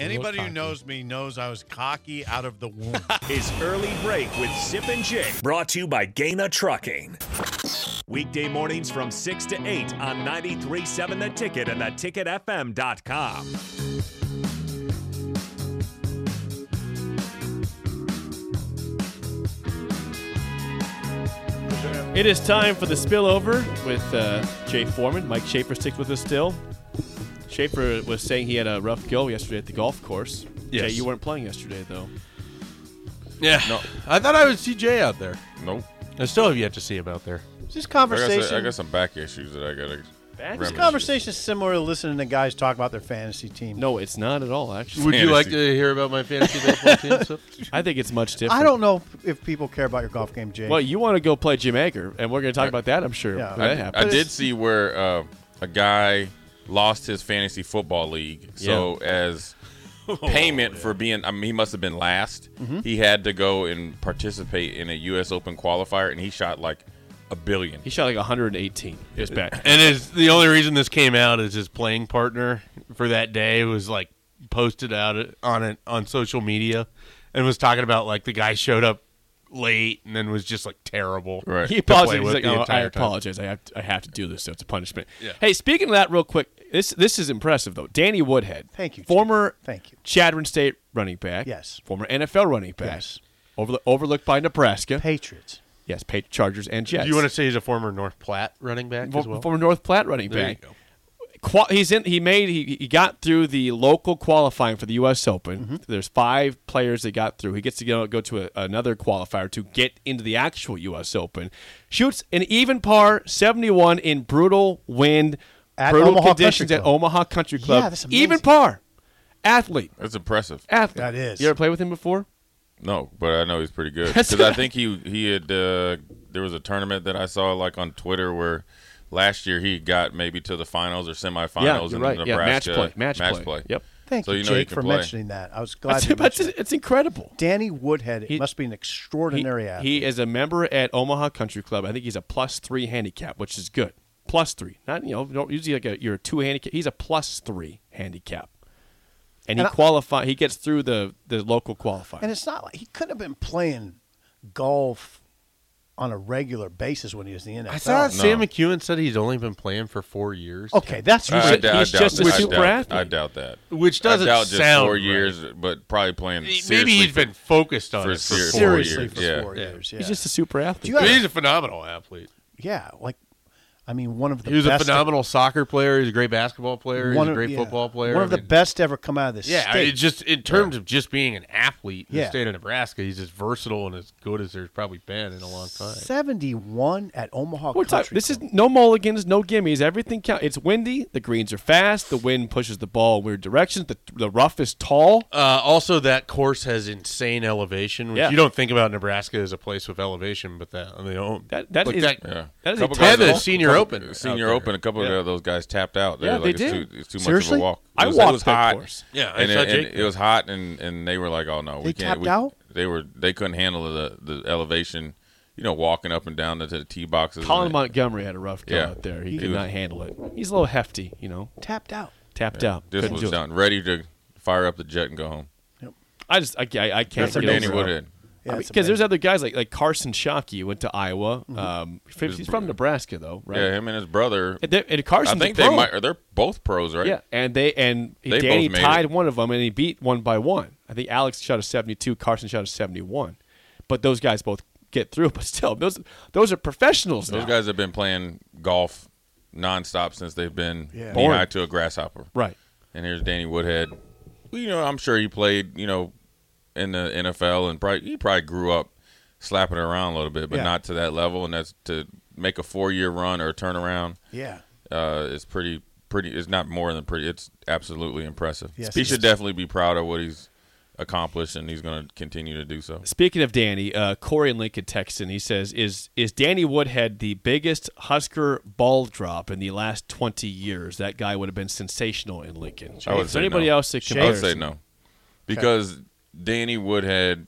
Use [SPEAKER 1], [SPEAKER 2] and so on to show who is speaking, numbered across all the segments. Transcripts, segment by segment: [SPEAKER 1] Anybody who knows me knows I was cocky out of the womb.
[SPEAKER 2] His early break with Zip and Jake,
[SPEAKER 3] Brought to you by Gaina Trucking.
[SPEAKER 2] weekday mornings from 6 to 8 on 93.7 The Ticket and theticketfm.com.
[SPEAKER 4] It is time for the spillover with uh, Jay Foreman. Mike Schaefer sticks with us still. Schaefer was saying he had a rough go yesterday at the golf course. Jay,
[SPEAKER 5] Yes.
[SPEAKER 4] you weren't playing yesterday though.
[SPEAKER 5] Yeah.
[SPEAKER 6] No.
[SPEAKER 5] I thought I would see Jay out there.
[SPEAKER 6] Nope.
[SPEAKER 5] I still have yet to see him out there.
[SPEAKER 6] Is this I got,
[SPEAKER 7] conversation?
[SPEAKER 6] some, I got some back issues that I gotta.
[SPEAKER 4] Back
[SPEAKER 6] remedy.
[SPEAKER 7] This conversation is similar to listening to guys talk about their fantasy team.
[SPEAKER 4] No, it's not at all. Actually,
[SPEAKER 5] Would you like to
[SPEAKER 6] Fantasy.
[SPEAKER 5] hear about my fantasy baseball team? So-
[SPEAKER 4] I think it's much different.
[SPEAKER 7] I don't know if people care about your golf game, Jay.
[SPEAKER 4] Well, you want to go play Jim Ager, and we're going to talk about that. I'm sure.
[SPEAKER 7] Yeah.
[SPEAKER 4] when
[SPEAKER 6] I,
[SPEAKER 4] that
[SPEAKER 6] I
[SPEAKER 4] happens.
[SPEAKER 6] did see where uh, a guy lost his fantasy football league. So as payment for being, I mean, he must have been last. He had to go and participate in a U.S. Open qualifier, and he shot like a billion.
[SPEAKER 4] He shot like 118. It was bad.
[SPEAKER 5] and is the only reason this came out is his playing partner for that day was like posted out it- on it on social media and was talking about like the guy showed up late and then was just like terrible.
[SPEAKER 6] Right.
[SPEAKER 4] He
[SPEAKER 6] to
[SPEAKER 4] paused.
[SPEAKER 5] play
[SPEAKER 4] and He's like,
[SPEAKER 5] with the
[SPEAKER 4] "Oh, I
[SPEAKER 5] entire time."
[SPEAKER 4] apologize. I have I have to do this. So it's a punishment." Hey, speaking of that, real quick, this this is impressive though. Danny Woodhead,
[SPEAKER 7] Thank you, Jim.
[SPEAKER 4] former
[SPEAKER 7] Thank you.
[SPEAKER 4] Chadron State running back,
[SPEAKER 7] Yes.
[SPEAKER 4] former NFL running back,
[SPEAKER 7] Yes.
[SPEAKER 4] overlo- overlooked by Nebraska,
[SPEAKER 7] Patriots.
[SPEAKER 4] yes, Pat- Chargers and Jets.
[SPEAKER 5] Do you want to say he's a former North Platte running back as well?
[SPEAKER 4] Former North Platte running
[SPEAKER 5] There you
[SPEAKER 4] back.
[SPEAKER 5] go.
[SPEAKER 4] Qua- he's in. He made. He, he got through the local qualifying for the U.S. Open.
[SPEAKER 7] Mm-hmm.
[SPEAKER 4] There's five players that got through. He gets to go, go to a, another qualifier to get into the actual U.S. Open. Shoots an even par 71 in brutal wind,
[SPEAKER 7] At
[SPEAKER 4] brutal
[SPEAKER 7] Omaha Country
[SPEAKER 4] conditions at
[SPEAKER 7] Club.
[SPEAKER 4] Omaha Country Club.
[SPEAKER 7] that's amazing.
[SPEAKER 4] even par. Athlete.
[SPEAKER 6] That's impressive.
[SPEAKER 4] Athlete.
[SPEAKER 7] That is.
[SPEAKER 4] You ever played with him before?
[SPEAKER 6] No, but I know he's pretty good
[SPEAKER 4] That's
[SPEAKER 6] because I think he he had uh, there was a tournament that I saw like on Twitter where last year he got maybe to the finals or semifinals.
[SPEAKER 4] Yeah, you're
[SPEAKER 6] in
[SPEAKER 4] right. Yeah, match
[SPEAKER 6] Nebraska
[SPEAKER 4] play, match play. Yep.
[SPEAKER 7] Thank
[SPEAKER 6] So
[SPEAKER 7] you,
[SPEAKER 6] you know he
[SPEAKER 7] Jake,
[SPEAKER 6] can
[SPEAKER 7] for
[SPEAKER 6] play.
[SPEAKER 7] mentioning that. I was glad
[SPEAKER 4] That's,
[SPEAKER 7] you
[SPEAKER 4] that's,
[SPEAKER 7] mentioned it.
[SPEAKER 4] it's incredible.
[SPEAKER 7] Danny Woodhead it
[SPEAKER 4] He-
[SPEAKER 7] must be an
[SPEAKER 4] He-
[SPEAKER 7] extraordinary athlete.
[SPEAKER 4] He is a member at Omaha Country Club. I think he's a plus three handicap, which is good. Plus three, not you know don't- usually like a you're a two handicap. He's a plus three handicap, and,
[SPEAKER 7] And I-
[SPEAKER 4] he qualify. He gets through the the local qualifier.
[SPEAKER 7] and it's not like he couldn't have been playing golf on a regular basis when he was in the NFL.
[SPEAKER 5] I saw Sam
[SPEAKER 6] No.
[SPEAKER 5] McEwen said he's only been playing for four years.
[SPEAKER 7] Okay, that's
[SPEAKER 6] I,
[SPEAKER 4] He's
[SPEAKER 6] I
[SPEAKER 4] a-
[SPEAKER 6] d- I
[SPEAKER 4] he's
[SPEAKER 6] doubt
[SPEAKER 4] just a
[SPEAKER 6] that. I
[SPEAKER 4] super
[SPEAKER 6] doubt-
[SPEAKER 4] athlete.
[SPEAKER 6] I doubt that.
[SPEAKER 5] Which doesn't
[SPEAKER 6] I doubt just
[SPEAKER 5] sound
[SPEAKER 6] four
[SPEAKER 5] right.
[SPEAKER 6] years, but probably playing
[SPEAKER 5] Maybe
[SPEAKER 6] seriously
[SPEAKER 5] he's been focused on
[SPEAKER 6] for
[SPEAKER 5] it for
[SPEAKER 6] serious-
[SPEAKER 5] four years.
[SPEAKER 7] seriously for
[SPEAKER 6] yeah.
[SPEAKER 7] four years. Yeah.
[SPEAKER 4] He's just a super
[SPEAKER 7] Do
[SPEAKER 4] athlete.
[SPEAKER 7] you have-
[SPEAKER 5] He's a phenomenal athlete.
[SPEAKER 7] yeah, like I mean, one of the
[SPEAKER 5] He was a
[SPEAKER 7] best e-,
[SPEAKER 5] phenomenal soccer player. He's a great basketball player.
[SPEAKER 7] one
[SPEAKER 5] He's a
[SPEAKER 7] of-
[SPEAKER 5] great
[SPEAKER 7] yeah,
[SPEAKER 5] football player.
[SPEAKER 7] One
[SPEAKER 5] I
[SPEAKER 7] of the
[SPEAKER 5] mean,
[SPEAKER 7] best to ever come out of this
[SPEAKER 5] Yeah, I
[SPEAKER 7] state.
[SPEAKER 5] mean, just in terms of just being an athlete in
[SPEAKER 7] Yeah.
[SPEAKER 5] the state of Nebraska, he's as versatile and as good as there's probably been in a long time.
[SPEAKER 7] 71 at Omaha
[SPEAKER 4] We're talking-
[SPEAKER 7] Country
[SPEAKER 4] this is
[SPEAKER 7] Club.
[SPEAKER 4] no mulligans, no gimmies. Everything counts. It's windy. The greens are fast. The wind pushes the ball in weird directions. The the rough is tall.
[SPEAKER 5] Uh, also, that course has insane elevation, which
[SPEAKER 4] Yeah.
[SPEAKER 5] you don't think about Nebraska as a place with elevation, but that on the own.
[SPEAKER 4] That- that
[SPEAKER 5] like
[SPEAKER 4] is-
[SPEAKER 5] that,
[SPEAKER 6] Yeah.
[SPEAKER 4] That is
[SPEAKER 6] Couple
[SPEAKER 4] a
[SPEAKER 5] They had
[SPEAKER 6] guys
[SPEAKER 5] the
[SPEAKER 6] that-
[SPEAKER 5] senior
[SPEAKER 6] couple-
[SPEAKER 5] open. out
[SPEAKER 6] Senior
[SPEAKER 5] there.
[SPEAKER 6] open. A couple
[SPEAKER 4] Yeah.
[SPEAKER 6] of those guys tapped out. They're
[SPEAKER 4] Yeah,
[SPEAKER 6] like,
[SPEAKER 4] they
[SPEAKER 6] it's
[SPEAKER 4] did.
[SPEAKER 6] Too, it's too
[SPEAKER 7] Seriously?
[SPEAKER 6] much of a walk.
[SPEAKER 4] I
[SPEAKER 6] It was, it
[SPEAKER 4] walked
[SPEAKER 6] was
[SPEAKER 4] that
[SPEAKER 6] hot.
[SPEAKER 4] course.
[SPEAKER 5] Yeah, I
[SPEAKER 6] and,
[SPEAKER 5] saw
[SPEAKER 6] it,
[SPEAKER 5] Jake
[SPEAKER 6] and it was hot, and, and they were like, "Oh no,
[SPEAKER 7] They
[SPEAKER 6] we can't."
[SPEAKER 7] tapped
[SPEAKER 6] we,
[SPEAKER 7] out?
[SPEAKER 6] They were they couldn't handle the the elevation. You know, walking up and down to the tee boxes. and
[SPEAKER 4] Colin
[SPEAKER 6] it-
[SPEAKER 4] Montgomery had a rough go
[SPEAKER 6] Yeah.
[SPEAKER 4] out there. He,
[SPEAKER 6] He
[SPEAKER 4] could
[SPEAKER 6] was-
[SPEAKER 4] not handle it. He's a little hefty, you know,
[SPEAKER 7] tapped out.
[SPEAKER 4] tapped out.
[SPEAKER 6] This
[SPEAKER 4] Couldn't do
[SPEAKER 6] was
[SPEAKER 4] it.
[SPEAKER 6] done, ready to fire up the jet and go home.
[SPEAKER 4] I just I, I, I can't
[SPEAKER 6] Good for
[SPEAKER 4] get
[SPEAKER 6] Danny
[SPEAKER 4] over it.
[SPEAKER 6] Woodhead.
[SPEAKER 7] Yeah, it's
[SPEAKER 4] because there's
[SPEAKER 7] amazing. Mm-hmm.
[SPEAKER 4] other guys like like Carson Shockey went to Iowa. Um, he's from Nebraska though, right?
[SPEAKER 6] Yeah, him and his brother.
[SPEAKER 4] And, they- and
[SPEAKER 6] I
[SPEAKER 4] Carson's a
[SPEAKER 6] think they
[SPEAKER 4] pro.
[SPEAKER 6] might. Are they're both pros, right?
[SPEAKER 4] Yeah, and they and
[SPEAKER 6] They
[SPEAKER 4] Danny
[SPEAKER 6] both made
[SPEAKER 4] tied
[SPEAKER 6] it.
[SPEAKER 4] one of them, and he beat one by one. I think Alex shot a 72, Carson shot a 71, but those guys both get through. But still, those those are professionals.
[SPEAKER 6] Those
[SPEAKER 4] now.
[SPEAKER 6] guys have been playing golf nonstop since they've been
[SPEAKER 7] Yeah.
[SPEAKER 6] knee high
[SPEAKER 4] Born.
[SPEAKER 6] to a grasshopper.
[SPEAKER 4] right?
[SPEAKER 6] And here's Danny Woodhead. Well, You know, I'm sure he played. You know, in the NFL and probably he probably grew up slapping it around a little bit, but
[SPEAKER 7] Yeah.
[SPEAKER 6] not to that level. And that's to make a four year run or a turnaround.
[SPEAKER 7] Yeah.
[SPEAKER 6] uh, is pretty pretty. It's not more than pretty. It's absolutely impressive.
[SPEAKER 7] Yes,
[SPEAKER 6] he
[SPEAKER 7] it
[SPEAKER 6] should
[SPEAKER 7] is.
[SPEAKER 6] definitely be proud of what he's accomplished, and he's going to continue to do so.
[SPEAKER 4] Speaking of Danny, uh, Corey in Lincoln Texan, he says, "Is is Danny Woodhead the biggest Husker ball drop in the last twenty years? That guy would have been sensational in Lincoln.
[SPEAKER 6] I would
[SPEAKER 4] Is
[SPEAKER 6] say
[SPEAKER 4] anybody
[SPEAKER 6] no.
[SPEAKER 4] else that
[SPEAKER 6] I would
[SPEAKER 4] compares?
[SPEAKER 6] say no, because Danny Woodhead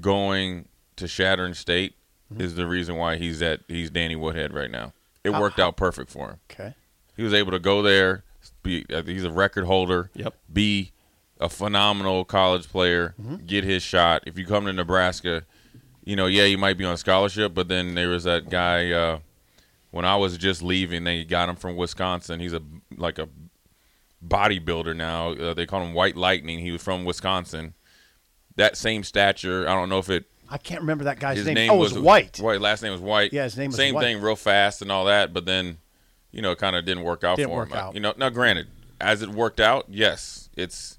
[SPEAKER 6] going to Shattern State
[SPEAKER 4] Mm-hmm.
[SPEAKER 6] is the reason why he's at he's Danny Woodhead right now. It worked out perfect for him.
[SPEAKER 7] Okay.
[SPEAKER 6] He was able to go there. Be, uh, he's a record holder.
[SPEAKER 4] Yep.
[SPEAKER 6] Be a a phenomenal college player, get his shot. If you come to Nebraska, you know, yeah, you might be on scholarship, but then there was that guy uh, when I was just leaving. They got him from Wisconsin. He's a like a bodybuilder now. Uh, they call him White Lightning. He was from Wisconsin. That same stature. I don't know if it
[SPEAKER 7] I can't remember that guy's
[SPEAKER 6] his
[SPEAKER 7] name.
[SPEAKER 6] name,
[SPEAKER 7] Oh, it
[SPEAKER 6] was
[SPEAKER 7] was White.
[SPEAKER 6] White last name was White.
[SPEAKER 7] Yeah, his name was
[SPEAKER 6] Same
[SPEAKER 7] White.
[SPEAKER 6] thing, real fast and all that. But then, you know, it kind of didn't work out
[SPEAKER 7] Didn't
[SPEAKER 6] for
[SPEAKER 7] work
[SPEAKER 6] him.
[SPEAKER 7] out.
[SPEAKER 6] You know, now granted, as it worked out, yes, it's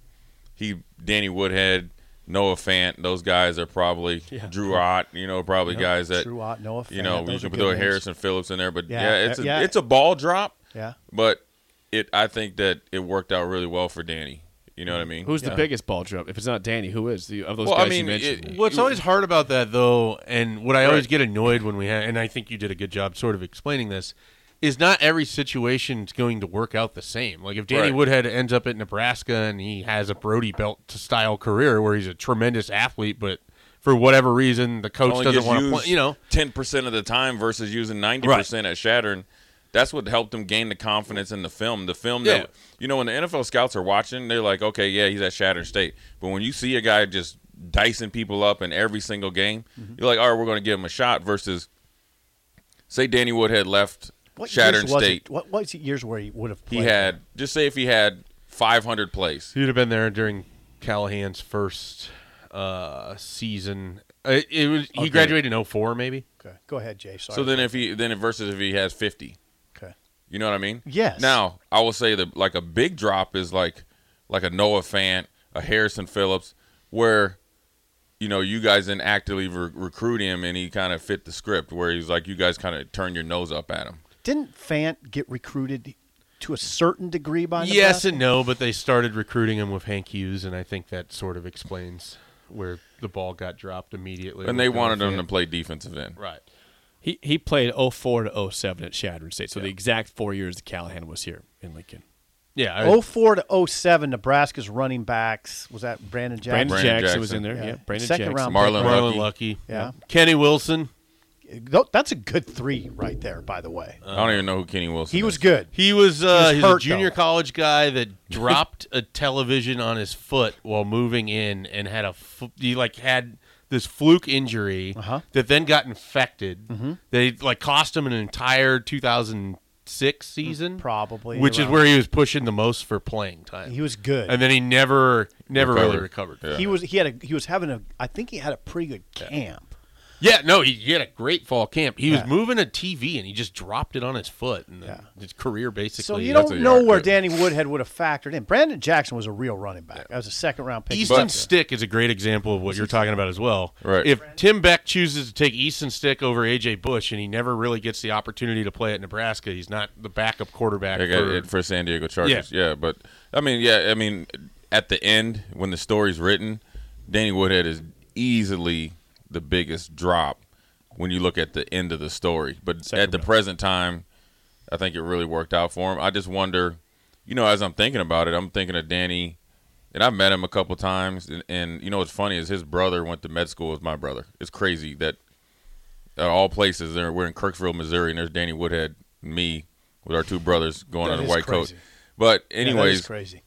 [SPEAKER 6] he, Danny Woodhead, Noah Fant. Those guys are probably Drew Ott. You know, probably guys that
[SPEAKER 7] Drew Ott, Noah
[SPEAKER 6] you
[SPEAKER 7] Fant,
[SPEAKER 6] know you
[SPEAKER 7] those are
[SPEAKER 6] can
[SPEAKER 7] good
[SPEAKER 6] put
[SPEAKER 7] names.
[SPEAKER 6] Harrison Phillips in there. But
[SPEAKER 7] Yeah, uh,
[SPEAKER 6] yeah, it's a,
[SPEAKER 7] yeah.
[SPEAKER 6] it's a ball drop.
[SPEAKER 7] Yeah.
[SPEAKER 6] But it, I think that it worked out really well for Danny. You know what I mean?
[SPEAKER 4] Who's the biggest ball drop? If it's not Danny, who is the, of those
[SPEAKER 6] Well, I
[SPEAKER 4] guys
[SPEAKER 6] mean,
[SPEAKER 4] you mentioned?
[SPEAKER 6] it-
[SPEAKER 5] What's always hard about that, though, and what I always
[SPEAKER 6] Right.
[SPEAKER 5] get annoyed when we have, and I think you did a good job sort of explaining this, is not every situation's going to work out the same. Like if Danny
[SPEAKER 6] Right.
[SPEAKER 5] Woodhead ends up at Nebraska and he has a Brody Belt style career where he's a tremendous athlete, but for whatever reason the coach
[SPEAKER 6] only
[SPEAKER 5] doesn't
[SPEAKER 6] gets
[SPEAKER 5] want to
[SPEAKER 6] used
[SPEAKER 5] play, you know,
[SPEAKER 6] ten percent of the time versus using ninety percent at Shattern. That's what helped him gain the confidence in the film. The film
[SPEAKER 5] Yeah.
[SPEAKER 6] that you know when the NFL scouts are watching, they're like, okay, yeah, he's at Shattern State. But when you see a guy just dicing people up in every single game,
[SPEAKER 5] Mm-hmm.
[SPEAKER 6] you're like, all right, we're going to give him a shot. Versus, say Danny Woodhead left
[SPEAKER 7] What years
[SPEAKER 6] Shattern
[SPEAKER 7] was it-
[SPEAKER 6] State,
[SPEAKER 7] What was it years where he would have
[SPEAKER 6] he
[SPEAKER 7] played?
[SPEAKER 6] had just say if he had 500 plays,
[SPEAKER 5] he'd have been there during Callahan's first uh, season. It, it was he graduated in 04, maybe.
[SPEAKER 7] Okay. Go ahead, Jay. Sorry.
[SPEAKER 6] so then if he then versus if he has 50.
[SPEAKER 7] okay.
[SPEAKER 6] You know what I mean?
[SPEAKER 7] Yes.
[SPEAKER 6] Now I will say that like a big drop is like like a Noah Fant, a Harrison Phillips, where you know you guys didn't actively re- recruit him and he kind of fit the script where he's like you guys kind of turn your nose up at him.
[SPEAKER 7] Didn't Fant get recruited to a certain degree by Nebraska?
[SPEAKER 5] Yes and no, but they started recruiting him with Hank Hughes, and I think that sort of explains where the ball got dropped immediately.
[SPEAKER 6] And they wanted him to play defensive end.
[SPEAKER 5] right.
[SPEAKER 4] He he played 04 to 07 at Shadron State, so the exact four years that Callahan was here in Lincoln.
[SPEAKER 5] Yeah, I,
[SPEAKER 7] 04 to 07, Nebraska's running backs. Was that Brandon Jackson?
[SPEAKER 4] Brandon,
[SPEAKER 6] Brandon
[SPEAKER 4] Jackson,
[SPEAKER 6] Jackson.
[SPEAKER 4] was in there. Yeah,
[SPEAKER 7] Yeah.
[SPEAKER 4] Brandon
[SPEAKER 7] Second
[SPEAKER 4] Jackson.
[SPEAKER 7] round
[SPEAKER 6] Marlon,
[SPEAKER 5] Marlon
[SPEAKER 6] Lucky.
[SPEAKER 5] Lucky.
[SPEAKER 7] Yeah.
[SPEAKER 5] Kenny Wilson.
[SPEAKER 7] Tho- That's a good three right there, by the way.
[SPEAKER 6] I don't even know who Kenny Wilson.
[SPEAKER 7] he was
[SPEAKER 6] is.
[SPEAKER 7] good.
[SPEAKER 5] He was, uh,
[SPEAKER 7] He was
[SPEAKER 5] he was
[SPEAKER 7] hurt,
[SPEAKER 5] a junior
[SPEAKER 7] though.
[SPEAKER 5] college guy that dropped a television on his foot while moving in, and had a fl- he like had this fluke injury
[SPEAKER 7] Uh-huh. Mm-hmm.
[SPEAKER 5] that then got infected. They like cost him an entire 2006 season,
[SPEAKER 7] Mm, Probably
[SPEAKER 5] which is
[SPEAKER 7] around-
[SPEAKER 5] where he was pushing the most for playing time.
[SPEAKER 7] He was good.
[SPEAKER 5] and then he never never really
[SPEAKER 6] Recovered.
[SPEAKER 5] recovered.
[SPEAKER 6] Yeah.
[SPEAKER 7] he was he had a he was having a I think he had a pretty good camp.
[SPEAKER 5] Yeah, no, he, he had a great fall camp. He
[SPEAKER 7] Yeah.
[SPEAKER 5] was moving a TV and he just dropped it on his foot, and then
[SPEAKER 7] Yeah.
[SPEAKER 5] his career basically.
[SPEAKER 7] So you
[SPEAKER 6] that's
[SPEAKER 7] don't
[SPEAKER 6] a
[SPEAKER 7] know
[SPEAKER 6] yard
[SPEAKER 7] where
[SPEAKER 6] good.
[SPEAKER 7] Danny Woodhead would have factored in. Brandon Jackson was a real running back. That was a second round pick.
[SPEAKER 5] Easton
[SPEAKER 6] But-
[SPEAKER 5] Stick is a great example of what you're talking about as well.
[SPEAKER 6] Right.
[SPEAKER 5] If Tim Beck chooses to take Easton Stick over AJ Bush and he never really gets the opportunity to play at Nebraska, he's not the backup quarterback.
[SPEAKER 6] Like,
[SPEAKER 5] for,
[SPEAKER 6] uh, for San Diego Chargers. Yeah. but I mean, yeah, I mean, at the end when the story's written, Danny Woodhead is easily the biggest drop when you look at the end of the story. But at the present time, I think it really worked out for him. I just wonder, you know, as I'm thinking about it, I'm thinking of Danny, and I've met him a couple times. And, and you know, what's funny is his brother went to med school with my brother. It's crazy that at all places. There, we're in Kirksville, Missouri, and there's Danny Woodhead, and me, with our two brothers going
[SPEAKER 7] That
[SPEAKER 6] on a
[SPEAKER 7] is
[SPEAKER 6] white coat.
[SPEAKER 7] crazy.
[SPEAKER 6] But
[SPEAKER 7] Yeah, that is
[SPEAKER 6] anyways,
[SPEAKER 7] crazy.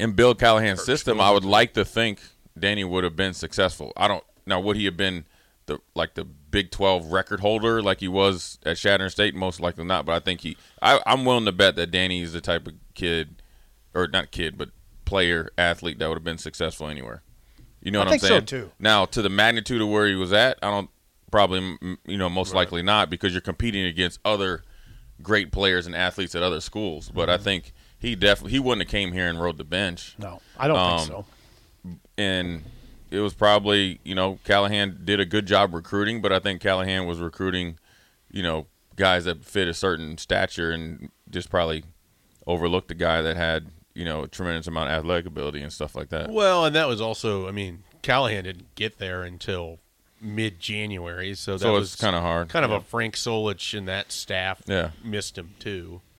[SPEAKER 6] in Bill Callahan's system, I would like to think Danny would have been successful. I don't now would he have been the like the Big Twelve record holder like he was at Shattern State, most likely not. But I think he, I, I'm willing to bet that Danny is the type of kid, or not kid, but player athlete that would have been successful anywhere. You know
[SPEAKER 7] I
[SPEAKER 6] what
[SPEAKER 7] think
[SPEAKER 6] I'm
[SPEAKER 7] so,
[SPEAKER 6] saying?
[SPEAKER 7] too.
[SPEAKER 6] Now to the magnitude of where he was at, I don't probably mm, you know most likely not because you're competing against other great players and athletes at other schools. But
[SPEAKER 5] Mm-hmm.
[SPEAKER 6] I think he definitely he wouldn't have came here and rode the bench
[SPEAKER 7] No, I don't think so.
[SPEAKER 6] Um, and it was probably you know Callahan did a good job recruiting, but I think Callahan was recruiting, you know, guys that fit a certain stature and just probably overlooked a guy that had you know a tremendous amount of athletic ability and stuff like that.
[SPEAKER 5] well, and that was also, I mean, Callahan didn't get there until mid January, so that
[SPEAKER 6] So
[SPEAKER 5] was
[SPEAKER 6] it's kinda hard.
[SPEAKER 5] Kind of
[SPEAKER 6] Yeah.
[SPEAKER 5] a Frank Solich and that staff
[SPEAKER 6] Yeah.
[SPEAKER 5] missed him too.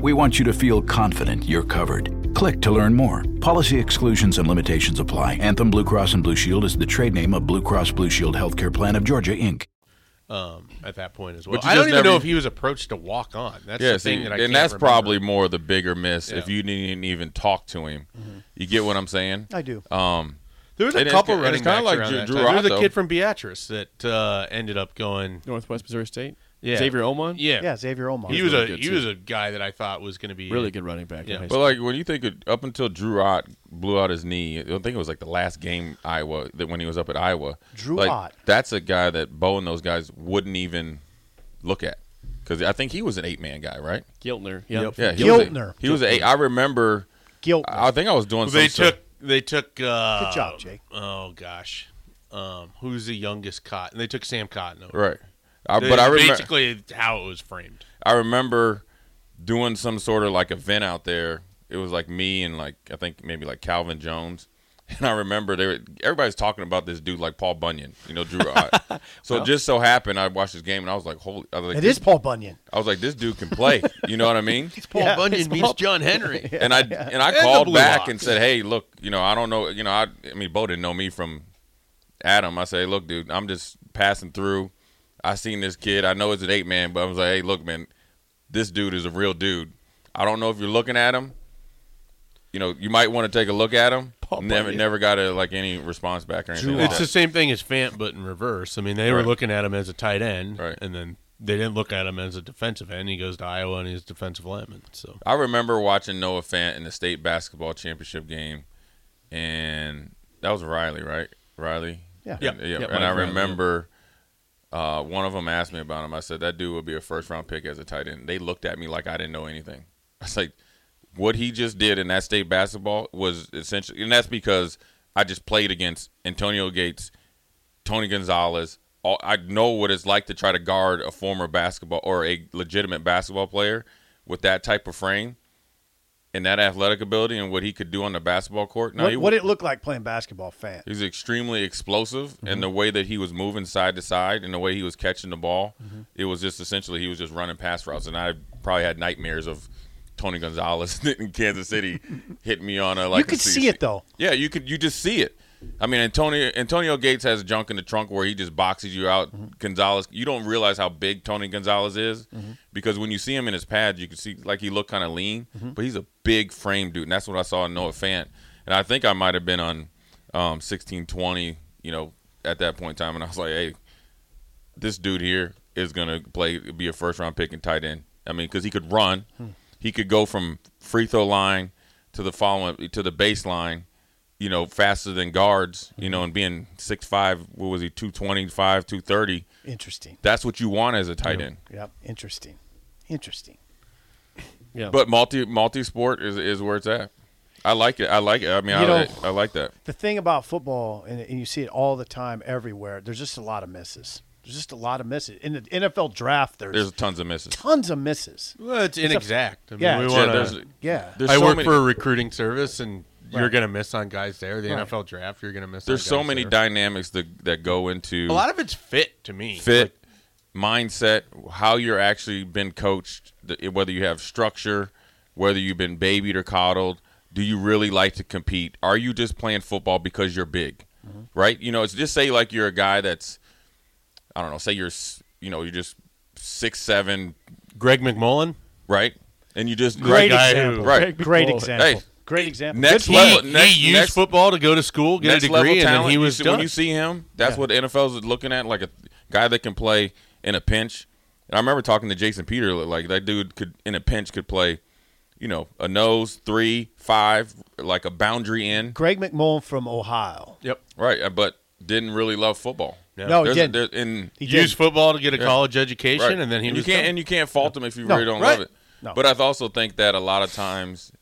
[SPEAKER 8] We want you to feel confident you're covered. Click to learn more. Policy exclusions and limitations apply. Anthem Blue Cross and Blue Shield is the trade name of Blue Cross Blue Shield Healthcare Plan of Georgia, Inc.
[SPEAKER 5] um, at that point as well.
[SPEAKER 6] But you
[SPEAKER 5] I don't
[SPEAKER 6] just
[SPEAKER 5] even know
[SPEAKER 6] never- e
[SPEAKER 5] if he was approached to walk on. That's
[SPEAKER 6] yeah,
[SPEAKER 5] the thing
[SPEAKER 6] see,
[SPEAKER 5] that I
[SPEAKER 6] and
[SPEAKER 5] can't
[SPEAKER 6] that's
[SPEAKER 5] remember.
[SPEAKER 6] probably more the bigger miss if
[SPEAKER 5] Yeah. Mm-hmm.
[SPEAKER 6] you didn't even talk to him. You get what I'm saying?
[SPEAKER 7] I do.
[SPEAKER 6] Um,
[SPEAKER 5] There was
[SPEAKER 6] It
[SPEAKER 5] a
[SPEAKER 6] is-
[SPEAKER 5] couple
[SPEAKER 6] it is
[SPEAKER 5] running
[SPEAKER 6] kinda
[SPEAKER 5] backs
[SPEAKER 6] like
[SPEAKER 5] around
[SPEAKER 6] Drew-
[SPEAKER 5] that
[SPEAKER 6] Drew
[SPEAKER 5] time. There was a
[SPEAKER 6] Otto.
[SPEAKER 5] kid from Beatrice that uh, ended up going.
[SPEAKER 4] Northwest Missouri State.
[SPEAKER 5] Yeah.
[SPEAKER 4] Xavier Oman.
[SPEAKER 5] Yeah,
[SPEAKER 7] Yeah, Xavier Omar.
[SPEAKER 5] he was
[SPEAKER 6] really
[SPEAKER 5] a
[SPEAKER 6] good,
[SPEAKER 5] he
[SPEAKER 6] too.
[SPEAKER 5] was a guy that I thought was going to be
[SPEAKER 4] Really good running back. in
[SPEAKER 5] Yeah.
[SPEAKER 4] high
[SPEAKER 6] but
[SPEAKER 4] school.
[SPEAKER 6] like when you think of, up until Drew Ott blew out his knee, I think it was like the last game Iowa that when he was up at Iowa.
[SPEAKER 7] Drew
[SPEAKER 6] like,
[SPEAKER 7] Ott.
[SPEAKER 6] That's a guy that Bo and those guys wouldn't even look at because I think he was an eight man guy, right?
[SPEAKER 4] Giltner. Yeah.
[SPEAKER 6] Yeah, he was a-
[SPEAKER 7] Giltner.
[SPEAKER 6] He was a. I remember.
[SPEAKER 7] Guilt.
[SPEAKER 6] I I think I was doing.
[SPEAKER 5] they
[SPEAKER 6] some stuff-
[SPEAKER 5] took they took uh,
[SPEAKER 7] Good job, Jake.
[SPEAKER 5] Oh gosh, um, who's the youngest Cotton? They took Sam Cotton. Over.
[SPEAKER 6] right. I,
[SPEAKER 5] They-
[SPEAKER 6] but I remember.
[SPEAKER 5] basically how it was framed.
[SPEAKER 6] I remember doing some sort of like event out there. It was like me and like I think maybe like Calvin Jones. And I remember they were everybody's talking about this dude like Paul Bunyan, you know, Drew Ott. so it just so happened I watched this game and I was like, holy I was like,
[SPEAKER 7] it is Paul Bunyan.
[SPEAKER 6] I was like, this dude can play. You know what I mean?
[SPEAKER 2] Paul Bunyan meets John Henry.
[SPEAKER 6] and I and I
[SPEAKER 5] And the
[SPEAKER 6] called
[SPEAKER 5] Blue
[SPEAKER 6] back
[SPEAKER 5] Ox.
[SPEAKER 6] and said, "Hey, look, you know, I don't know, you know, I, I mean, Bo didn't know me from Adam. I say, look, dude, I'm just passing through. I seen this kid. I know it's an eight man, but I was like, hey, look, man, this dude is a real dude. I don't know if you're looking at him. You know, you might want to take a look at him.
[SPEAKER 4] Paul
[SPEAKER 6] never,
[SPEAKER 4] Bunyan.
[SPEAKER 6] never got a, like any response back or anything.
[SPEAKER 7] Drew
[SPEAKER 6] like
[SPEAKER 5] It's
[SPEAKER 6] that.
[SPEAKER 5] the same thing as Fant, but in reverse. I mean, they were
[SPEAKER 6] Right.
[SPEAKER 5] looking at him as a tight end,
[SPEAKER 6] Right.
[SPEAKER 5] and then they didn't look at him as a defensive end. He goes to Iowa and he's a defensive lineman. So
[SPEAKER 6] I remember watching Noah Fant in the state basketball championship game, and that was Riley, right? Riley.
[SPEAKER 7] Yeah.
[SPEAKER 5] Yeah.
[SPEAKER 6] And,
[SPEAKER 5] Yeah, Mike
[SPEAKER 6] and I
[SPEAKER 5] Riley, yeah.
[SPEAKER 6] remember uh, one of them asked me about him. I said that dude would be a first round pick as a tight end. They looked at me like I didn't know anything. I was like, what he just did in that state basketball was essentially, and that's because I just played against Antonio Gates, Tony Gonzalez. All, I know what it's like to try to guard a former basketball or a legitimate basketball player with that type of frame and that athletic ability and what he could do on the basketball court. No,
[SPEAKER 7] what,
[SPEAKER 6] he,
[SPEAKER 7] what it look like playing basketball, fan?
[SPEAKER 6] He's extremely explosive,
[SPEAKER 7] Mm-hmm.
[SPEAKER 6] and the way that he was moving side to side, and the way he was catching the ball,
[SPEAKER 7] Mm-hmm.
[SPEAKER 6] it was just essentially he was just running pass routes. And I probably had nightmares of Tony Gonzalez in Kansas City hitting me on a like.
[SPEAKER 7] you
[SPEAKER 6] a
[SPEAKER 7] could
[SPEAKER 6] C-
[SPEAKER 7] see it though.
[SPEAKER 6] Yeah, you could. You just see it. I mean, Antonio Antonio Gates has junk in the trunk where he just boxes you out. Gonzalez, you don't realize how big Tony Gonzalez is because when you see him in his pads, you can see like he looked kind of lean, but he's a big frame dude, and that's what I saw in Noah Fant. And I think I might have been on um, sixteen twenty, you know, at that point in time, and I was like, hey, this dude here is gonna play be a first round pick in tight end. I mean, because he could run, he could go from free throw line to the following to the baseline, you know, faster than guards, you know, and being six five, what was he, two twenty five, two thirty.
[SPEAKER 7] Interesting.
[SPEAKER 6] That's what you want as a tight end.
[SPEAKER 7] Yep. Interesting. Interesting.
[SPEAKER 4] Yeah.
[SPEAKER 6] But multi multi sport is is where it's at. I like it. I like it. I mean,
[SPEAKER 7] You
[SPEAKER 6] I,
[SPEAKER 7] know-
[SPEAKER 6] I like that.
[SPEAKER 7] The thing about football, and, and you see it all the time, everywhere. There's just a lot of misses. There's just a lot of misses in the NFL draft. There's,
[SPEAKER 6] There's tons of misses.
[SPEAKER 7] tons of misses.
[SPEAKER 5] well, it's inexact. I mean,
[SPEAKER 7] yeah,
[SPEAKER 5] we
[SPEAKER 7] it's-
[SPEAKER 6] Yeah,
[SPEAKER 5] wanna-
[SPEAKER 6] there's,
[SPEAKER 7] Yeah.
[SPEAKER 6] there's
[SPEAKER 5] I
[SPEAKER 6] so
[SPEAKER 5] work
[SPEAKER 6] many-
[SPEAKER 5] for a recruiting service, and you're
[SPEAKER 7] Right.
[SPEAKER 5] going to miss on guys there. The
[SPEAKER 7] Right.
[SPEAKER 5] NFL draft, you're going to miss.
[SPEAKER 6] there's
[SPEAKER 5] on
[SPEAKER 6] so
[SPEAKER 5] guys
[SPEAKER 6] many
[SPEAKER 5] there.
[SPEAKER 6] dynamics that that go into
[SPEAKER 5] a lot of it's fit to me.
[SPEAKER 6] fit mindset how you're actually been coached the- whether you have structure whether you've been babied or coddled do you really like to compete are you just playing football because you're big right you know it's just say like you're a guy that's i don't know say you're s- you know you're just six seven
[SPEAKER 5] Like, Greg McMullen,
[SPEAKER 6] right and you just
[SPEAKER 5] Great
[SPEAKER 6] Right.
[SPEAKER 5] example.
[SPEAKER 6] right
[SPEAKER 7] Great example.
[SPEAKER 6] Hey.
[SPEAKER 7] Great example.
[SPEAKER 6] next
[SPEAKER 5] he,
[SPEAKER 6] level
[SPEAKER 5] he
[SPEAKER 6] next,
[SPEAKER 5] used
[SPEAKER 6] next,
[SPEAKER 5] football to go to school, get
[SPEAKER 6] next
[SPEAKER 5] a
[SPEAKER 6] level
[SPEAKER 5] degree, and then
[SPEAKER 6] talent
[SPEAKER 5] he
[SPEAKER 6] you
[SPEAKER 5] was
[SPEAKER 6] see-
[SPEAKER 5] done.
[SPEAKER 6] when you see him that's what the nfl's is looking at like a guy that can play in a pinch and i remember talking to jason peter like that dude could in a pinch could play you know a nose three five like a boundary in
[SPEAKER 7] Greg McMullen from Ohio.
[SPEAKER 5] yep,
[SPEAKER 6] right uh, but didn't really love football
[SPEAKER 5] Yeah.
[SPEAKER 7] No, he
[SPEAKER 6] There's a-
[SPEAKER 7] didn't.
[SPEAKER 6] there- and
[SPEAKER 7] He
[SPEAKER 5] used
[SPEAKER 7] didn't.
[SPEAKER 5] football to get a
[SPEAKER 6] Yeah.
[SPEAKER 5] college education,
[SPEAKER 6] Right.
[SPEAKER 5] and then he
[SPEAKER 6] and
[SPEAKER 5] was
[SPEAKER 6] you can't
[SPEAKER 5] done.
[SPEAKER 6] and you can't fault him if you
[SPEAKER 7] No,
[SPEAKER 6] really don't
[SPEAKER 5] right.
[SPEAKER 6] love it
[SPEAKER 7] No.
[SPEAKER 6] but i also think that a lot of times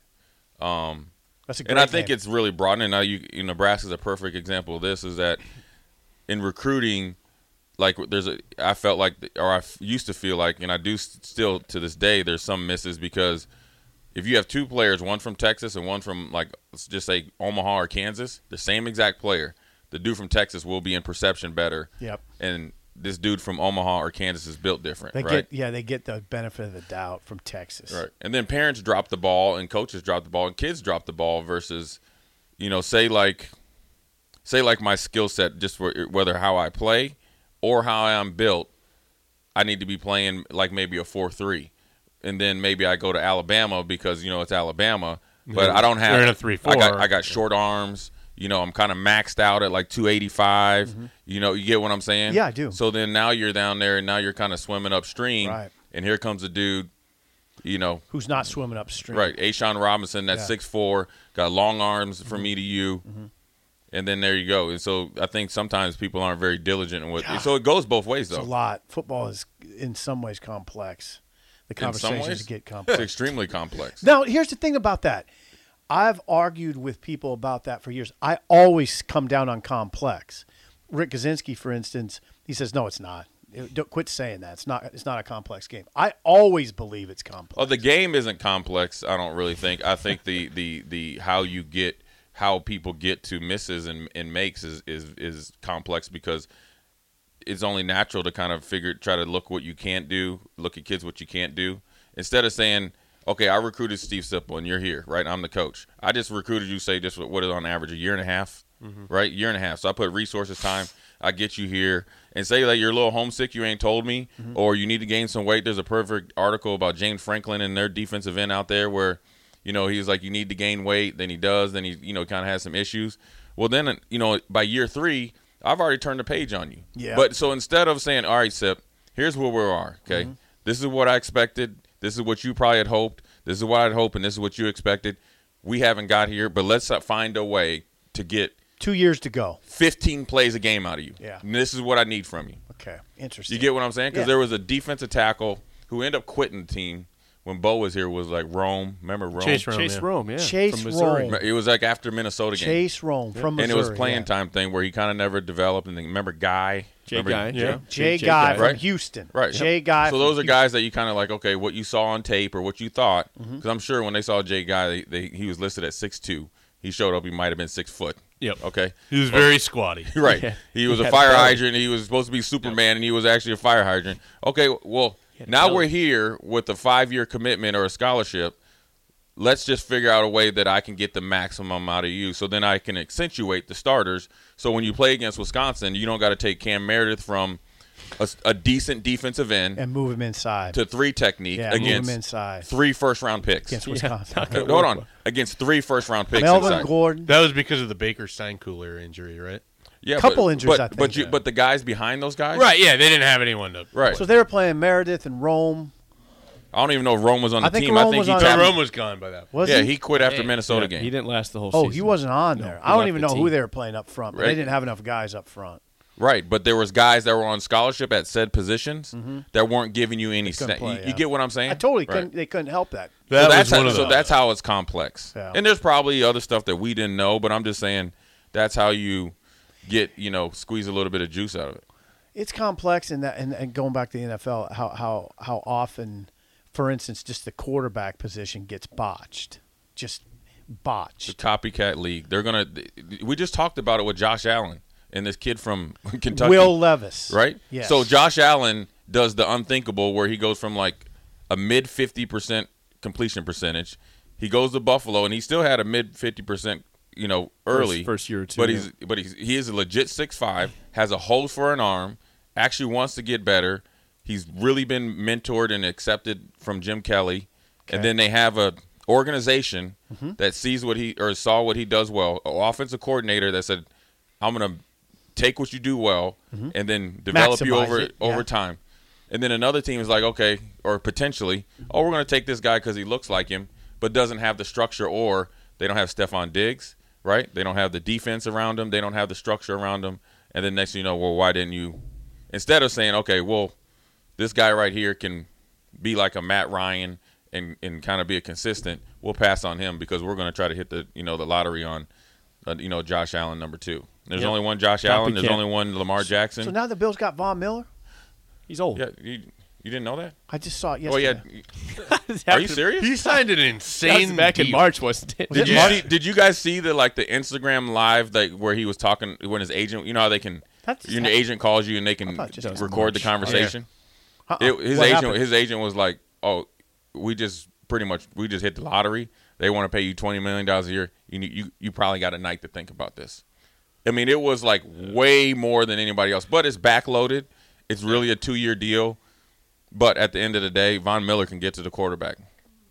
[SPEAKER 7] That's a great
[SPEAKER 6] and I think
[SPEAKER 7] name.
[SPEAKER 6] it's really broadening. Now, you, you Nebraska's a perfect example of this. Is that in recruiting, like there's a, I felt like, or I f- used to feel like, and I do s- still to this day, there's some misses because if you have two players, one from Texas and one from like let's just say Omaha or Kansas, the same exact player, the dude from Texas will be in perception better.
[SPEAKER 7] Yep.
[SPEAKER 6] And this dude from Omaha or Kansas is built different,
[SPEAKER 7] They
[SPEAKER 6] right?
[SPEAKER 7] get yeah, they get the benefit of the doubt from Texas.
[SPEAKER 6] Right. And then parents drop the ball and coaches drop the ball and kids drop the ball versus, you know, say like, say like my skill set, just for, whether how I play or how I'm built, I need to be playing like maybe a 4 3. And then maybe I go to Alabama because, you know, it's Alabama, but I don't have.
[SPEAKER 5] They're in a 3-4.
[SPEAKER 6] I got, I got short arms. You know, I'm kind of maxed out at like 285.
[SPEAKER 5] Mm-hmm.
[SPEAKER 6] You know, you get what I'm saying?
[SPEAKER 7] Yeah, I do.
[SPEAKER 6] So then now you're down there and now you're kind of swimming upstream.
[SPEAKER 7] Right.
[SPEAKER 6] And here comes a dude you know,
[SPEAKER 7] Who's not swimming upstream?
[SPEAKER 6] right? Ashawn Robinson, that's six four, got long arms
[SPEAKER 7] Mm-hmm.
[SPEAKER 6] from me to you, and then there you go. And so I think sometimes people aren't very diligent in what. So it goes both ways,
[SPEAKER 7] It's a
[SPEAKER 6] though.
[SPEAKER 7] lot. Football is in some ways complex. The
[SPEAKER 6] In some
[SPEAKER 7] conversations
[SPEAKER 6] ways,
[SPEAKER 7] get
[SPEAKER 6] It's
[SPEAKER 7] complex.
[SPEAKER 6] extremely complex.
[SPEAKER 7] Now, here's the thing about that. I've argued with people about that for years. I always come down on complex. Rick Kaczynski, for instance, he says, "No, it's not. It- Don't quit saying that. It's not. It's not a complex game." I always believe it's complex.
[SPEAKER 6] Oh, the game isn't complex. I don't really think. I think the the the how you get how people get to misses and, and makes is, is is complex because it's only natural to kind of figure try to look what you can't do, look at kids what you can't do. Instead of saying, Okay, I recruited Steve Sipple and you're here, right? I'm the coach. I just recruited you, say just what is on average, a year and a half, right? Year and a half. So I put resources, time, I get you here. And say that you're a little homesick, you ain't told me, or you need to gain some weight. There's a perfect article about James Franklin and their defensive end out there where you know, he's like, you need to gain weight. Then he does. Then he, you know, kind of has some issues. Well, then, you know, by year three, I've already turned the page on you.
[SPEAKER 7] Yeah.
[SPEAKER 6] But so instead of saying, all right, Sip, here's where we are. Okay.
[SPEAKER 7] Mm-hmm.
[SPEAKER 6] This is what I expected. This is what you probably had hoped. This is what I'd hoped. And this is what you expected. We haven't got here, but let's uh, find a way to get
[SPEAKER 7] Two years to go.
[SPEAKER 6] 15 plays a game out of you.
[SPEAKER 7] Yeah.
[SPEAKER 6] And this is what I need from you.
[SPEAKER 7] Okay, interesting.
[SPEAKER 6] You get what I'm saying? Because
[SPEAKER 7] Yeah.
[SPEAKER 6] there was a defensive tackle who ended up quitting the team when Bo was here. Was like Rome. Remember Rome?
[SPEAKER 5] Chase Rome.
[SPEAKER 4] Chase
[SPEAKER 5] yeah.
[SPEAKER 4] Rome, yeah,
[SPEAKER 7] Chase
[SPEAKER 4] from Missouri.
[SPEAKER 7] Rome.
[SPEAKER 6] It was like after Minnesota game.
[SPEAKER 7] Chase Rome from Missouri.
[SPEAKER 6] and it was playing
[SPEAKER 7] yeah.
[SPEAKER 6] time thing where he kind of never developed. And then remember Guy,
[SPEAKER 4] Jay
[SPEAKER 6] Remember-
[SPEAKER 4] Guy, yeah.
[SPEAKER 7] Jay Guy from
[SPEAKER 6] Right.
[SPEAKER 7] Houston.
[SPEAKER 6] right?
[SPEAKER 7] Jay Guy.
[SPEAKER 6] So
[SPEAKER 7] from
[SPEAKER 6] those are
[SPEAKER 7] Houston.
[SPEAKER 6] guys that you kind of like. Okay, what you saw on tape or what you thought? Because
[SPEAKER 7] Mm-hmm.
[SPEAKER 6] I'm sure when they saw Jay Guy, they, they, he was listed at six two. He showed up. He might have been six foot.
[SPEAKER 5] Yep.
[SPEAKER 6] Okay.
[SPEAKER 5] He was very squatty.
[SPEAKER 6] Right. He was
[SPEAKER 4] He
[SPEAKER 6] a
[SPEAKER 4] had
[SPEAKER 6] fire
[SPEAKER 4] a belly.
[SPEAKER 6] hydrant. He was supposed to be Superman, and he was actually a fire hydrant. Okay, well, now we're here with a five year commitment or a scholarship. Let's just figure out a way that I can get the maximum out of you so then I can accentuate the starters. So when you play against Wisconsin, you don't got to take Cam Meredith from a, a decent defensive end
[SPEAKER 7] and move him inside.
[SPEAKER 6] to three technique
[SPEAKER 7] yeah, move him
[SPEAKER 6] against
[SPEAKER 7] inside
[SPEAKER 6] three first round picks.
[SPEAKER 7] against Wisconsin.
[SPEAKER 6] Uh, Hold on. Against three first round picks.
[SPEAKER 7] Melvin
[SPEAKER 6] inside.
[SPEAKER 7] Gordon.
[SPEAKER 5] That was because of the Baker Steinkooler injury, right?
[SPEAKER 6] Yeah,
[SPEAKER 7] Couple
[SPEAKER 6] but,
[SPEAKER 7] injuries,
[SPEAKER 6] but,
[SPEAKER 7] I think.
[SPEAKER 6] But, you, but the guys behind those guys?
[SPEAKER 5] Right. Yeah, they didn't have anyone to.
[SPEAKER 6] Right.
[SPEAKER 7] So they were playing Meredith and Rome.
[SPEAKER 6] I don't even know if Rome was on the
[SPEAKER 7] I think
[SPEAKER 6] team. I
[SPEAKER 7] Rome
[SPEAKER 6] think
[SPEAKER 7] was
[SPEAKER 6] he
[SPEAKER 7] on-
[SPEAKER 5] So
[SPEAKER 6] tapped.
[SPEAKER 5] Rome was gone by that. point.
[SPEAKER 7] Was
[SPEAKER 6] yeah,
[SPEAKER 7] he?
[SPEAKER 6] he quit after
[SPEAKER 4] Yeah,
[SPEAKER 6] Minnesota game.
[SPEAKER 4] He didn't last the whole.
[SPEAKER 7] Oh,
[SPEAKER 4] season.
[SPEAKER 7] he wasn't on there. I
[SPEAKER 6] left
[SPEAKER 7] don't even
[SPEAKER 6] the
[SPEAKER 7] know
[SPEAKER 6] team.
[SPEAKER 7] who they were playing up front. But
[SPEAKER 6] Right.
[SPEAKER 7] They didn't have enough guys up front.
[SPEAKER 6] Right, but there was guys that were on scholarship at said positions that weren't giving you any.
[SPEAKER 7] Mm-hmm. couldn't
[SPEAKER 6] Sna-
[SPEAKER 7] play,
[SPEAKER 6] you,
[SPEAKER 7] yeah.
[SPEAKER 6] you get what I'm saying?
[SPEAKER 7] I totally
[SPEAKER 6] Right.
[SPEAKER 7] couldn't. They couldn't help that.
[SPEAKER 5] That
[SPEAKER 6] so
[SPEAKER 5] was
[SPEAKER 6] that's
[SPEAKER 5] one
[SPEAKER 6] how,
[SPEAKER 5] of
[SPEAKER 6] so
[SPEAKER 5] those.
[SPEAKER 6] that's how it's complex.
[SPEAKER 7] Yeah.
[SPEAKER 6] And there's probably other stuff that we didn't know, but I'm just saying that's how you get you know squeeze a little bit of juice out of it.
[SPEAKER 7] It's complex, and that and, and going back to the NFL, how how how often, for instance, just the quarterback position gets botched, just
[SPEAKER 6] The
[SPEAKER 7] botched.
[SPEAKER 6] copycat league. They're gonna. We just talked about it with Josh Allen and this kid from Kentucky.
[SPEAKER 7] Will Levis,
[SPEAKER 6] right?
[SPEAKER 7] Yes.
[SPEAKER 6] So Josh Allen does the unthinkable where he goes from like a mid 50% completion percentage. He goes to Buffalo and he still had a mid 50%, you know, early
[SPEAKER 4] first year or two,
[SPEAKER 6] But
[SPEAKER 4] yeah.
[SPEAKER 6] he's but he's he is a legit 6'5", has a hole for an arm, actually wants to get better. He's really been mentored and accepted from Jim Kelly. And then they have a organization
[SPEAKER 4] Mm-hmm.
[SPEAKER 6] that sees what he or saw what he does well, an offensive coordinator that said, "I'm going to take what you do well
[SPEAKER 4] Mm-hmm.
[SPEAKER 6] and then develop you
[SPEAKER 7] Maximize
[SPEAKER 6] over
[SPEAKER 7] it, yeah.
[SPEAKER 6] over time. And then another team is like, okay, or potentially, oh, we're going to take this guy because he looks like him, but doesn't have the structure, or they don't have Stephon Diggs, right? They don't have the defense around him, they don't have the structure around him. And then next thing you know, well, why didn't you? Instead of saying, okay, well, this guy right here can be like a Matt Ryan and and kind of be a consistent, we'll pass on him because we're going to try to hit the you know the lottery on, uh, you know, Josh Allen number two. There's only one Josh Allen. There's
[SPEAKER 4] Copycat.
[SPEAKER 6] only one Lamar Jackson.
[SPEAKER 7] So now the Bills got Von Miller.
[SPEAKER 4] He's old.
[SPEAKER 6] Yeah, you, You didn't know that?
[SPEAKER 7] I just saw it
[SPEAKER 6] Oh
[SPEAKER 7] yesterday.
[SPEAKER 6] yeah. Are you serious?
[SPEAKER 5] He signed an
[SPEAKER 4] That was
[SPEAKER 5] insane
[SPEAKER 4] back in
[SPEAKER 5] deal.
[SPEAKER 4] March, wasn't it?
[SPEAKER 6] Did you see, did you guys see the like the Instagram live like where he was talking when his agent you know how they can
[SPEAKER 7] That just
[SPEAKER 6] your agent calls you and they can
[SPEAKER 7] thought it just Oh,
[SPEAKER 6] record the conversation.
[SPEAKER 7] Uh-uh.
[SPEAKER 6] It- his
[SPEAKER 7] What
[SPEAKER 6] agent
[SPEAKER 7] happened?
[SPEAKER 6] his agent was like, "Oh, we just pretty much we just hit the lottery. They want to pay you twenty million dollars a year. You need- you you probably got a night to think about this." I mean, it was like way more than anybody else, but it's backloaded. It's really a two year deal. But at the end of the day, Von Miller can get to the quarterback.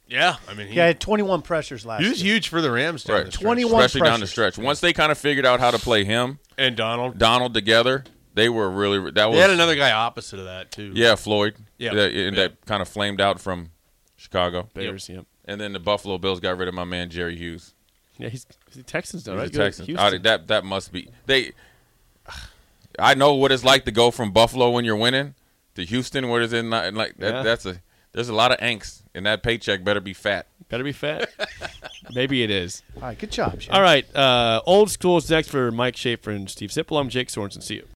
[SPEAKER 5] Yeah, I mean, he,
[SPEAKER 7] yeah, I had 21 pressures last
[SPEAKER 5] he was
[SPEAKER 7] year.
[SPEAKER 5] huge for the Rams. Down
[SPEAKER 6] Right.
[SPEAKER 5] the stretch.
[SPEAKER 7] 21
[SPEAKER 6] especially down the
[SPEAKER 7] pressures.
[SPEAKER 6] stretch. Once they kind of figured out how to play him,
[SPEAKER 5] and Donald.
[SPEAKER 6] Donald together, they were really that was
[SPEAKER 5] They had another guy opposite of that too.
[SPEAKER 6] yeah Floyd
[SPEAKER 5] Yeah.
[SPEAKER 6] that, and that kind of flamed out from Chicago.
[SPEAKER 4] Bears, yep.
[SPEAKER 6] And then the Buffalo Bills got rid of my man Jerry Hughes.
[SPEAKER 4] Yeah, he's, he's Texans now,
[SPEAKER 6] He's
[SPEAKER 4] right?
[SPEAKER 6] a
[SPEAKER 4] Go to
[SPEAKER 6] Texan.
[SPEAKER 4] Houston.
[SPEAKER 6] I- that that must be they. I know what it's like to go from Buffalo when you're winning to Houston, where is it not and like that,
[SPEAKER 4] Yeah.
[SPEAKER 6] that's a there's a lot of angst, and that paycheck better be fat.
[SPEAKER 4] Better be fat. Maybe it is.
[SPEAKER 7] All right, good job. Shane.
[SPEAKER 4] All right, uh, old school's next for Mike Schaefer and Steve Sipple. I'm Jake Sorensen. See you.